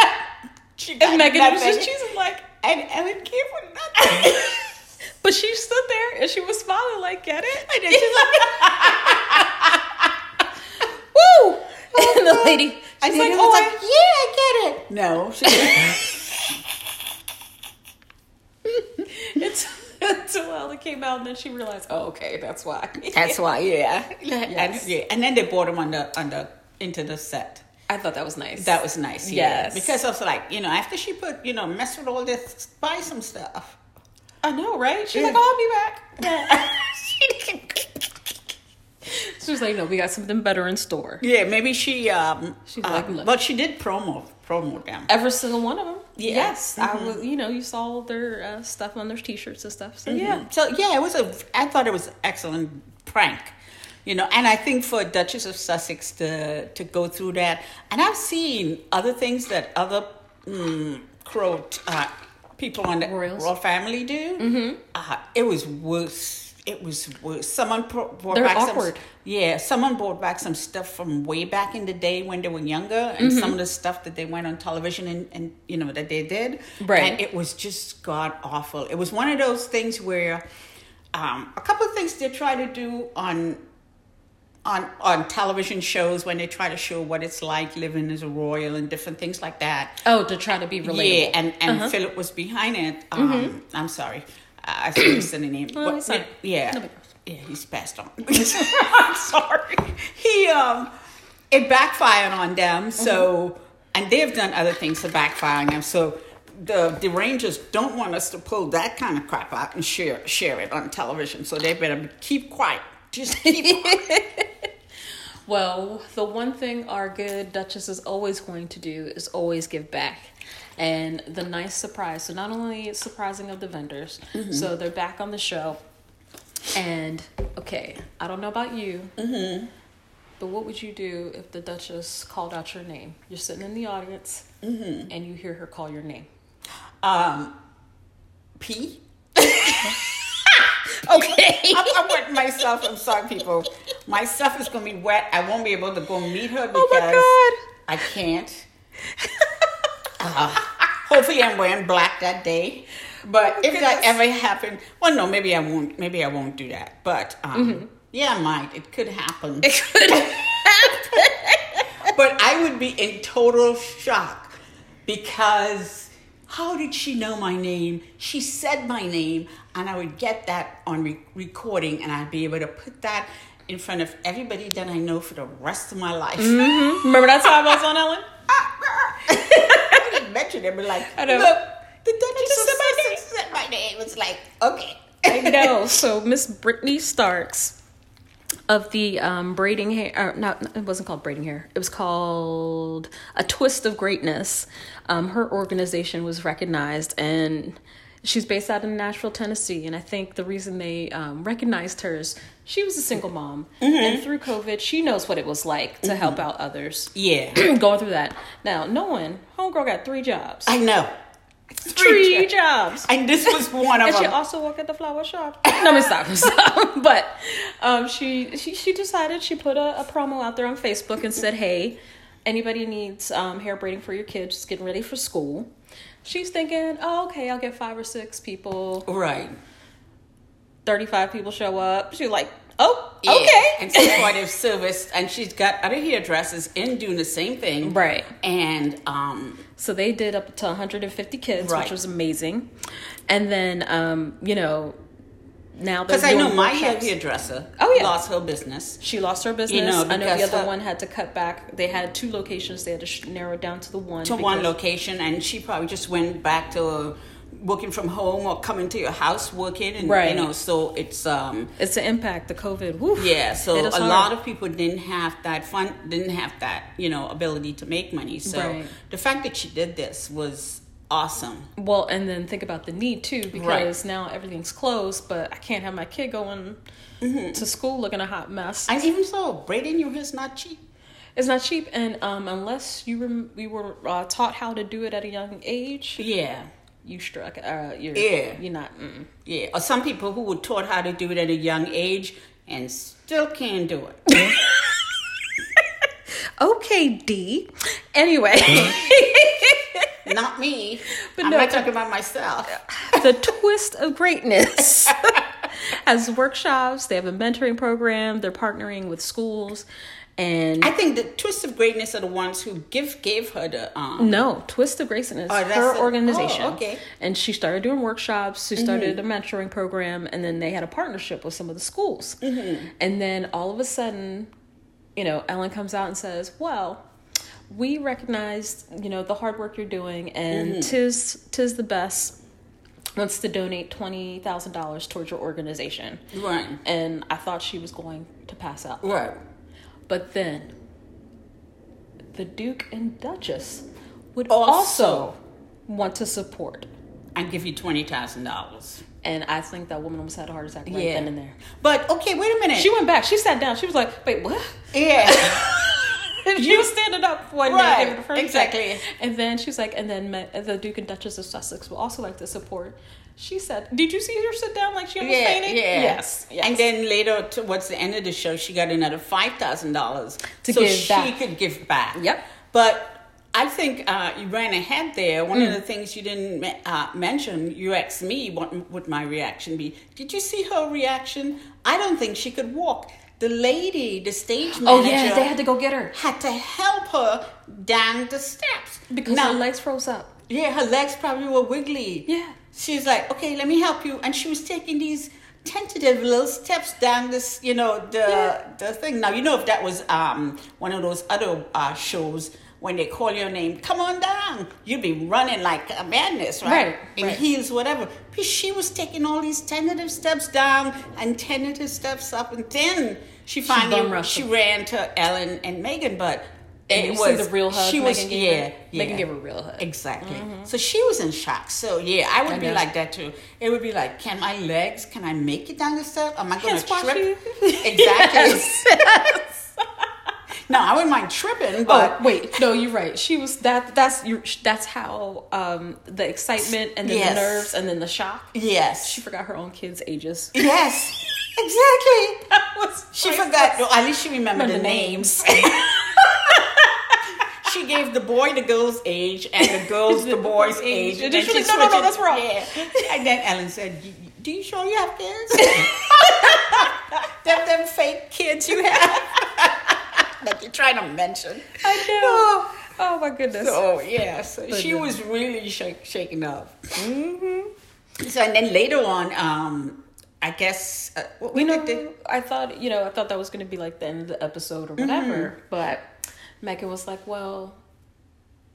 Speaker 2: she got
Speaker 1: and Megan was
Speaker 2: nothing.
Speaker 1: just choosing like,
Speaker 2: and Ellen gave her nothing.
Speaker 1: but she stood there and she was smiling like, get it?
Speaker 2: and then she's like.
Speaker 1: Woo! and the lady, she's
Speaker 2: Oh I
Speaker 1: like,
Speaker 2: did. It
Speaker 1: oh,
Speaker 2: was
Speaker 1: I-
Speaker 2: like, yeah, I get it. No, she didn't.
Speaker 1: It's until Ella came out, and then she realized, oh, okay, that's why.
Speaker 2: that's why. Yeah,
Speaker 1: Yes.
Speaker 2: and, yeah. And then they brought him on the on the into the set.
Speaker 1: I thought that was nice.
Speaker 2: That was nice. Yeah.
Speaker 1: Yes.
Speaker 2: because I was like, you know, after she put, you know, mess with all this, buy some stuff.
Speaker 1: I know, right? She's
Speaker 2: Yeah.
Speaker 1: like, oh, I'll be back.
Speaker 2: she didn't.
Speaker 1: She was like, no, we got something better in store.
Speaker 2: Yeah, maybe she. Um,
Speaker 1: She
Speaker 2: uh,
Speaker 1: like, look.
Speaker 2: but she did promo promo them.
Speaker 1: Every single one of them.
Speaker 2: Yeah.
Speaker 1: Yes, Mm-hmm. I was. You know, you saw all their uh, Mm-hmm. stuff on their T-shirts and stuff. So yeah,
Speaker 2: So yeah, it was a. I thought it was excellent prank. you know and i think for duchess of sussex to to go through that and i've seen other things that other mm, croat uh, people on the
Speaker 1: Royals. Mm-hmm.
Speaker 2: royal family do uh, it was worse it was worse someone pro- brought
Speaker 1: They're
Speaker 2: back
Speaker 1: awkward.
Speaker 2: some yeah someone brought back some stuff from way back in the day when they were younger and some of the stuff that they went on television and, and you know that they did
Speaker 1: Right.
Speaker 2: and it was just god awful. It was one of those things where um, a couple of things they try to do on on on television shows when they try to show what it's like living as a royal and different things like that.
Speaker 1: Oh, to try to be relatable. Uh-huh. Mm-hmm.
Speaker 2: Yeah, and and Philip was behind it. Um, I'm sorry, I I should have said the name.
Speaker 1: Oh,
Speaker 2: But
Speaker 1: it's fine.
Speaker 2: yeah,
Speaker 1: No big
Speaker 2: yeah, he's passed on. I'm sorry. He um, it backfired on them. So
Speaker 1: Mm-hmm.
Speaker 2: and they've done other things to backfire on them. So. The, the Rangers don't want us to pull that kind of crap out and share share it on television, so they better keep quiet. Just keep quiet.
Speaker 1: Well, the one thing our good Duchess is always going to do is always give back. And the nice surprise. So, not only it's surprising of the vendors, so they're back on the show. And, okay, I don't know about you, Mm-hmm. but what would you do if the Duchess called out your name? You're sitting in the audience and you hear her call your name.
Speaker 2: Um, P.
Speaker 1: Okay.
Speaker 2: I'm, I'm wetting myself. I'm sorry, people. My stuff is gonna be wet. I won't be able to go meet her because
Speaker 1: Oh my God.
Speaker 2: I can't. Uh, hopefully, I'm wearing black that day.
Speaker 1: Oh,
Speaker 2: But if that ever happened, well, no, maybe I won't. Maybe I won't do that. But um, yeah, I might. It could happen.
Speaker 1: Mm-hmm. It could
Speaker 2: but I would be in total shock because how did she know my name? She said my name, and I would get that on re- recording, and I'd be able to put that in front of everybody that I know for the rest of my life.
Speaker 1: Mm-hmm. Remember that time I was on Ellen?
Speaker 2: I didn't mention it, but like,
Speaker 1: I know.
Speaker 2: look, the Duchess
Speaker 1: Just
Speaker 2: said my name. Said my name. It's like, okay.
Speaker 1: I know. So Miss Brittany Starks of the um, braiding hair, or not, it wasn't called braiding hair. It was called a twist of greatness. Um, her organization was recognized, and she's based out in Nashville, Tennessee. And I think the reason they um, recognized her is she was a single mom, and through COVID, she knows what it was like to help out others
Speaker 2: Yeah,
Speaker 1: going through that. Now, knowing homegirl got three jobs,
Speaker 2: I know.
Speaker 1: three, jobs.
Speaker 2: And this was one of
Speaker 1: And she
Speaker 2: them.
Speaker 1: also worked at the flower shop. no, I'm stop, I'm stop. But um, she, she she decided she put a, a promo out there on Facebook and said, "Hey, anybody needs um, hair braiding for your kids just getting ready for school?" She's thinking, "Oh, okay, I'll get five or six people.
Speaker 2: Right.
Speaker 1: Thirty-five people show up." She's like, "Oh,
Speaker 2: Yeah,
Speaker 1: okay."
Speaker 2: And supportive service. And she's got other hairdressers in doing the same thing.
Speaker 1: Right.
Speaker 2: And um
Speaker 1: So they did up to 150 kids,
Speaker 2: Right.
Speaker 1: which was amazing. And then, um, you know, now they're
Speaker 2: because I know
Speaker 1: doing
Speaker 2: my hair
Speaker 1: workshops.
Speaker 2: hairdresser
Speaker 1: Oh, yeah.
Speaker 2: lost her business.
Speaker 1: She lost her business.
Speaker 2: You know,
Speaker 1: I know the
Speaker 2: because
Speaker 1: other
Speaker 2: her-
Speaker 1: one had to cut back. They had two locations. They had to sh- narrow it down to the one.
Speaker 2: To one
Speaker 1: because-
Speaker 2: location and she probably just went back to working from home or coming to your house working and
Speaker 1: Right.
Speaker 2: you know, so it's um
Speaker 1: It's the impact, the COVID. Woof.
Speaker 2: yeah, so
Speaker 1: It
Speaker 2: a
Speaker 1: is hard.
Speaker 2: lot of people didn't have that fun, didn't have that, you know, ability to make money. So
Speaker 1: Right.
Speaker 2: the fact that she did this was awesome.
Speaker 1: Well, and then think about the need too, because now everything's closed, but I can't have my kid going
Speaker 2: Mm-hmm.
Speaker 1: to school looking a hot mess.
Speaker 2: And even so, braiding your hair is not cheap.
Speaker 1: it's not cheap, and um, unless you rem- we were uh, taught how to do it at a young age,
Speaker 2: Yeah.
Speaker 1: you struck. Uh, you're,
Speaker 2: Yeah.
Speaker 1: you're not. Mm.
Speaker 2: Yeah, or some people who were taught how to do it at a young age and still can't do it.
Speaker 1: Okay, D. Anyway.
Speaker 2: Not me.
Speaker 1: But
Speaker 2: I'm
Speaker 1: no,
Speaker 2: not
Speaker 1: but-
Speaker 2: talking about myself.
Speaker 1: the twist of greatness has workshops they have a mentoring program they're partnering with schools and
Speaker 2: I think the twists of greatness are the ones who give gave her the um.
Speaker 1: no twist of greatness
Speaker 2: Oh, that's
Speaker 1: her
Speaker 2: the-
Speaker 1: organization
Speaker 2: oh, okay. Mm-hmm.
Speaker 1: and she started doing workshops she started a mentoring program and then they had a partnership with some of the schools
Speaker 2: Mm-hmm.
Speaker 1: and then all of a sudden you know ellen comes out and says well we recognize you know the hard work you're doing and
Speaker 2: Mm-hmm.
Speaker 1: tis tis the best wants to donate $20000 towards your organization
Speaker 2: Right.
Speaker 1: and I thought she was going to pass out.
Speaker 2: Right.
Speaker 1: But then the Duke and Duchess would
Speaker 2: Also.
Speaker 1: also want to support.
Speaker 2: I give you twenty thousand dollars.
Speaker 1: And I think that woman almost had a heart attack right
Speaker 2: Yeah.
Speaker 1: then and there.
Speaker 2: But okay, wait a minute.
Speaker 1: She went back. She sat down. She was like, "Wait, what?"
Speaker 2: yeah.
Speaker 1: And she was standing up one day.
Speaker 2: Right,
Speaker 1: giving the first
Speaker 2: exactly.
Speaker 1: check. And then she was like, "And then Ma- the Duke and Duchess of Sussex will also like to support." She said, "Did you see her sit down like she almost
Speaker 2: Yeah,
Speaker 1: fainted?"
Speaker 2: yeah.
Speaker 1: Yes, yes.
Speaker 2: And then later, towards the end of the show, she got another five thousand dollars
Speaker 1: To
Speaker 2: so
Speaker 1: give
Speaker 2: she
Speaker 1: back.
Speaker 2: could give back.
Speaker 1: Yep.
Speaker 2: But I think uh, you ran ahead there. One
Speaker 1: Mm.
Speaker 2: of the things you didn't me- uh, mention, you asked me what would my reaction be. Did you see her reaction? I don't think she could walk. The lady, the stage manager,
Speaker 1: oh yeah, they had to go get her
Speaker 2: had to help her down the steps
Speaker 1: because
Speaker 2: Now-
Speaker 1: her legs froze up.
Speaker 2: yeah, her legs probably were wiggly.
Speaker 1: Yeah.
Speaker 2: She's like, okay, let me help you. And she was taking these tentative little steps down this, you know, the
Speaker 1: Yeah.
Speaker 2: the thing. Now you know if that was um one of those other uh, shows when they call your name, come on down. You'd be running like a madness, right?
Speaker 1: Right,
Speaker 2: In
Speaker 1: right.
Speaker 2: heels, whatever. But she was taking all these tentative steps down and tentative steps up, and then she
Speaker 1: bum
Speaker 2: finally
Speaker 1: rushed
Speaker 2: she,
Speaker 1: them.
Speaker 2: ran to Ellen and Megan, but.
Speaker 1: And
Speaker 2: it
Speaker 1: you see
Speaker 2: was
Speaker 1: the real hug
Speaker 2: She was
Speaker 1: Megan gave her?
Speaker 2: yeah,
Speaker 1: Megan
Speaker 2: yeah.
Speaker 1: gave her a real hug.
Speaker 2: Exactly. So she was in shock. So yeah, I would
Speaker 1: Mm-hmm. I
Speaker 2: be
Speaker 1: know.
Speaker 2: like that too. It would be like, can my legs? Can I make it down the step? Am I going to
Speaker 1: Can't squash
Speaker 2: trip?
Speaker 1: you.
Speaker 2: Exactly. no, I wouldn't mind tripping,
Speaker 1: Oh
Speaker 2: but
Speaker 1: wait, no, you're right. She was that. That's you. That's how um, the excitement and then
Speaker 2: Yes.
Speaker 1: the nerves and then the shock.
Speaker 2: yes,
Speaker 1: She forgot her own kids' ages.
Speaker 2: yes, exactly.
Speaker 1: That was
Speaker 2: She
Speaker 1: priceless.
Speaker 2: forgot. Well, at least she remembered
Speaker 1: Remember
Speaker 2: the names. she gave the boy the girl's age and the girl's the boy's age.
Speaker 1: And
Speaker 2: And
Speaker 1: then
Speaker 2: then
Speaker 1: she was
Speaker 2: she
Speaker 1: like, "No, no, no,
Speaker 2: switched it."
Speaker 1: that's
Speaker 2: Yeah. And then Ellen said, "Y- y- "Do you sure you have kids? them them fake kids you have that you're trying to mention."
Speaker 1: I know. Oh my goodness.
Speaker 2: So yeah, so
Speaker 1: But
Speaker 2: she
Speaker 1: then-
Speaker 2: was really shak shaken up. Mm-hmm. So and then later on, um, I guess uh, what
Speaker 1: you
Speaker 2: what
Speaker 1: know,
Speaker 2: did they-
Speaker 1: I thought you know, I thought that was going to be like the end of the episode or whatever. But Megan was like, "Well,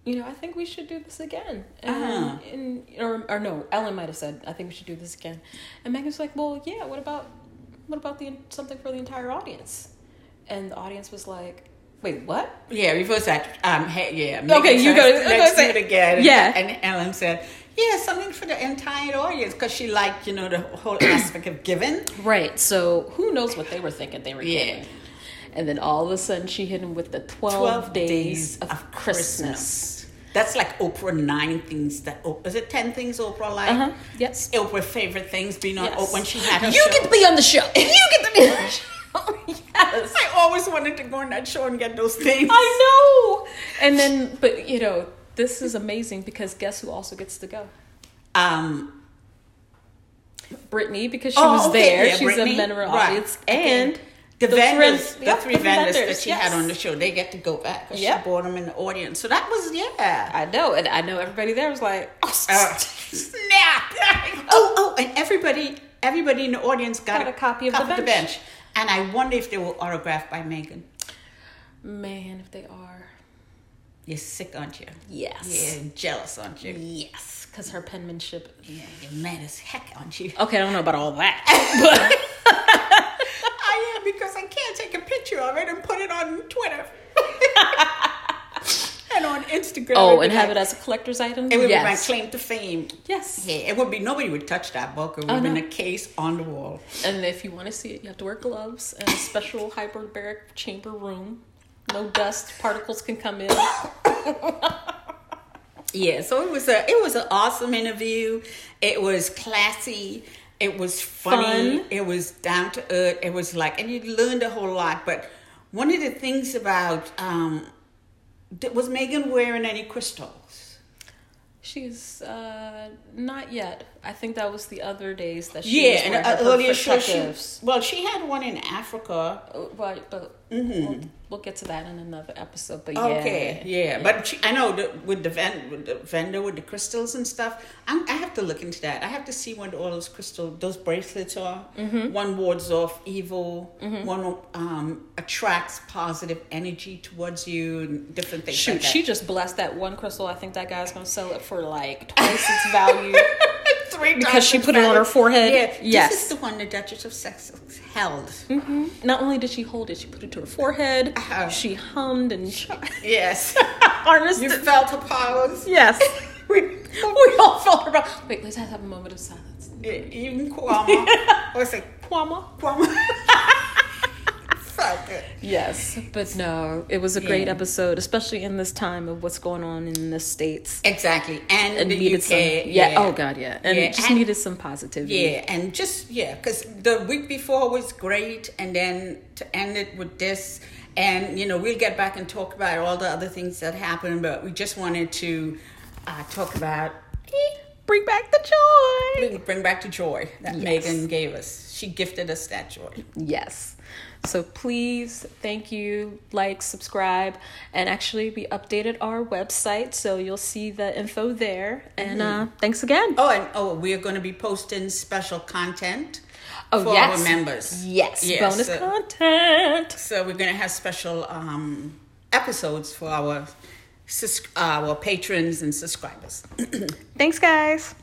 Speaker 1: you know, I think we should do this again." And,
Speaker 2: Uh-huh.
Speaker 1: and or or no, Ellen might have said, "I think we should do this again," and Megan's like, "Well, yeah. What about what about the something for the entire audience?" And the audience was like, "Wait, what?"
Speaker 2: Yeah, reverse that. Um, hey, yeah.
Speaker 1: Okay,
Speaker 2: Megan
Speaker 1: you
Speaker 2: says,
Speaker 1: go-
Speaker 2: Let's
Speaker 1: okay,
Speaker 2: do it again. And-
Speaker 1: yeah.
Speaker 2: And Ellen said, "Yeah, something for the entire audience because she liked, you know, the whole aspect of giving."
Speaker 1: Right. So who knows what they were thinking they were
Speaker 2: Yeah.
Speaker 1: getting. And then all of a sudden she hit him with the 12, days, of, Christmas.
Speaker 2: That's like Oprah nine things that Oprah is it ten things Oprah like?
Speaker 1: Uh-huh. Yes.
Speaker 2: Oprah favorite things being on
Speaker 1: Yes.
Speaker 2: Oprah when she had her
Speaker 1: You
Speaker 2: show.
Speaker 1: get to be on the show. You get to be on the show. yes.
Speaker 2: I always wanted to go on that show and get those things.
Speaker 1: I know. And then but you know, this is amazing because guess who also gets to go?
Speaker 2: Um,
Speaker 1: Brittany, because she
Speaker 2: Oh,
Speaker 1: was
Speaker 2: okay,
Speaker 1: there.
Speaker 2: yeah,
Speaker 1: She's
Speaker 2: Brittany,
Speaker 1: a member of
Speaker 2: right.
Speaker 1: audience.
Speaker 2: Okay.
Speaker 1: And
Speaker 2: the,
Speaker 1: the
Speaker 2: vendors,
Speaker 1: friends-
Speaker 2: the
Speaker 1: yep,
Speaker 2: three
Speaker 1: the
Speaker 2: vendors,
Speaker 1: vendors,
Speaker 2: that she
Speaker 1: yes.
Speaker 2: had on the show, they get to go back. 'cause
Speaker 1: Yep.
Speaker 2: She bought them in the audience, so that was yeah.
Speaker 1: I know, and I know everybody there was like, oh,
Speaker 2: Uh, snap! oh, oh, and everybody, everybody in the audience got,
Speaker 1: Got a copy of The Bench.
Speaker 2: And I wonder if they were autographed by Megan.
Speaker 1: man, if they are.
Speaker 2: You're sick, aren't you?
Speaker 1: Yes.
Speaker 2: Yeah, jealous, aren't you?
Speaker 1: Yes, because her penmanship.
Speaker 2: Yeah, you're mad as heck, aren't you?
Speaker 1: Okay, I don't know about all that.
Speaker 2: I am because I can't take a picture of it and put it on Twitter and on Instagram.
Speaker 1: oh,
Speaker 2: It'd
Speaker 1: and
Speaker 2: be
Speaker 1: have it
Speaker 2: like-
Speaker 1: as a collector's item.
Speaker 2: It would
Speaker 1: yes.
Speaker 2: be my claim to fame.
Speaker 1: Yes.
Speaker 2: Yeah, it would be nobody would touch that book. It would
Speaker 1: Oh,
Speaker 2: have been
Speaker 1: no.
Speaker 2: a case on the wall.
Speaker 1: And if you want to see it, you have to wear gloves and a special hyperbaric chamber room. No dust, particles can come in.
Speaker 2: Yeah, so it was a it was an awesome interview. It was classy. It was funny.
Speaker 1: Fun.
Speaker 2: It was down to earth. It was like, and you learned a whole lot. But one of the things about um, th- was Megan wearing any crystals?
Speaker 1: She's uh, not yet. I think that was the other days that she
Speaker 2: Yeah,
Speaker 1: was
Speaker 2: and
Speaker 1: wearing
Speaker 2: uh,
Speaker 1: her
Speaker 2: earlier show she
Speaker 1: protectives.
Speaker 2: well she had one in Africa.
Speaker 1: Oh, Right, but we'll, we'll get to that in another episode. But
Speaker 2: Okay,
Speaker 1: yeah,
Speaker 2: yeah, but she, I know the, with the ven, with the vendor with the crystals and stuff. I'm, I have to look into that. I have to see what all those crystal, those bracelets are. One wards off evil. One um, attracts positive energy towards you and different things.
Speaker 1: Shoot,
Speaker 2: like that.
Speaker 1: she just blessed that one crystal. I think that guy's gonna sell it for like twice its value.
Speaker 2: Three
Speaker 1: because she put
Speaker 2: thousand
Speaker 1: it on her
Speaker 2: dollars.
Speaker 1: forehead?
Speaker 2: Yeah,
Speaker 1: Yes.
Speaker 2: this is the one the Duchess of Sussex held.
Speaker 1: Not only did she hold it, she put it to her forehead.
Speaker 2: Uh-huh.
Speaker 1: She hummed and sh-
Speaker 2: Yes,
Speaker 1: harnessed
Speaker 2: you
Speaker 1: it.
Speaker 2: felt her powers.
Speaker 1: Yes. we, we all felt her. Wait, let's have a moment of silence.
Speaker 2: Yeah, even Eh, Kwama. or say
Speaker 1: Kwama.
Speaker 2: Kwama. so good.
Speaker 1: Yes, but no, it was a great episode, especially in this time of what's going on in the states.
Speaker 2: Exactly, and,
Speaker 1: And
Speaker 2: the
Speaker 1: needed
Speaker 2: UK.
Speaker 1: some, yeah, Oh God, yeah, and
Speaker 2: Yeah,
Speaker 1: it just
Speaker 2: and-
Speaker 1: needed some positivity.
Speaker 2: Yeah, and just yeah, because the week before was great, and then to end it with this, and you know we'll get back and talk about all the other things that happened, but we just wanted to uh, talk about
Speaker 1: Bring back the joy.
Speaker 2: bring back the joy that
Speaker 1: Yes.
Speaker 2: Megan gave us. She gifted us that joy.
Speaker 1: Yes. So please, thank you, like, subscribe, and actually, we updated our website, so you'll see the info there. And uh, thanks again.
Speaker 2: Oh, and oh, we are going to be posting special content
Speaker 1: Oh,
Speaker 2: for
Speaker 1: yes.
Speaker 2: our members.
Speaker 1: Yes,
Speaker 2: Yeah,
Speaker 1: bonus
Speaker 2: so-
Speaker 1: content.
Speaker 2: So we're gonna have special um, episodes for our sus- our patrons and subscribers.
Speaker 1: Thanks, guys.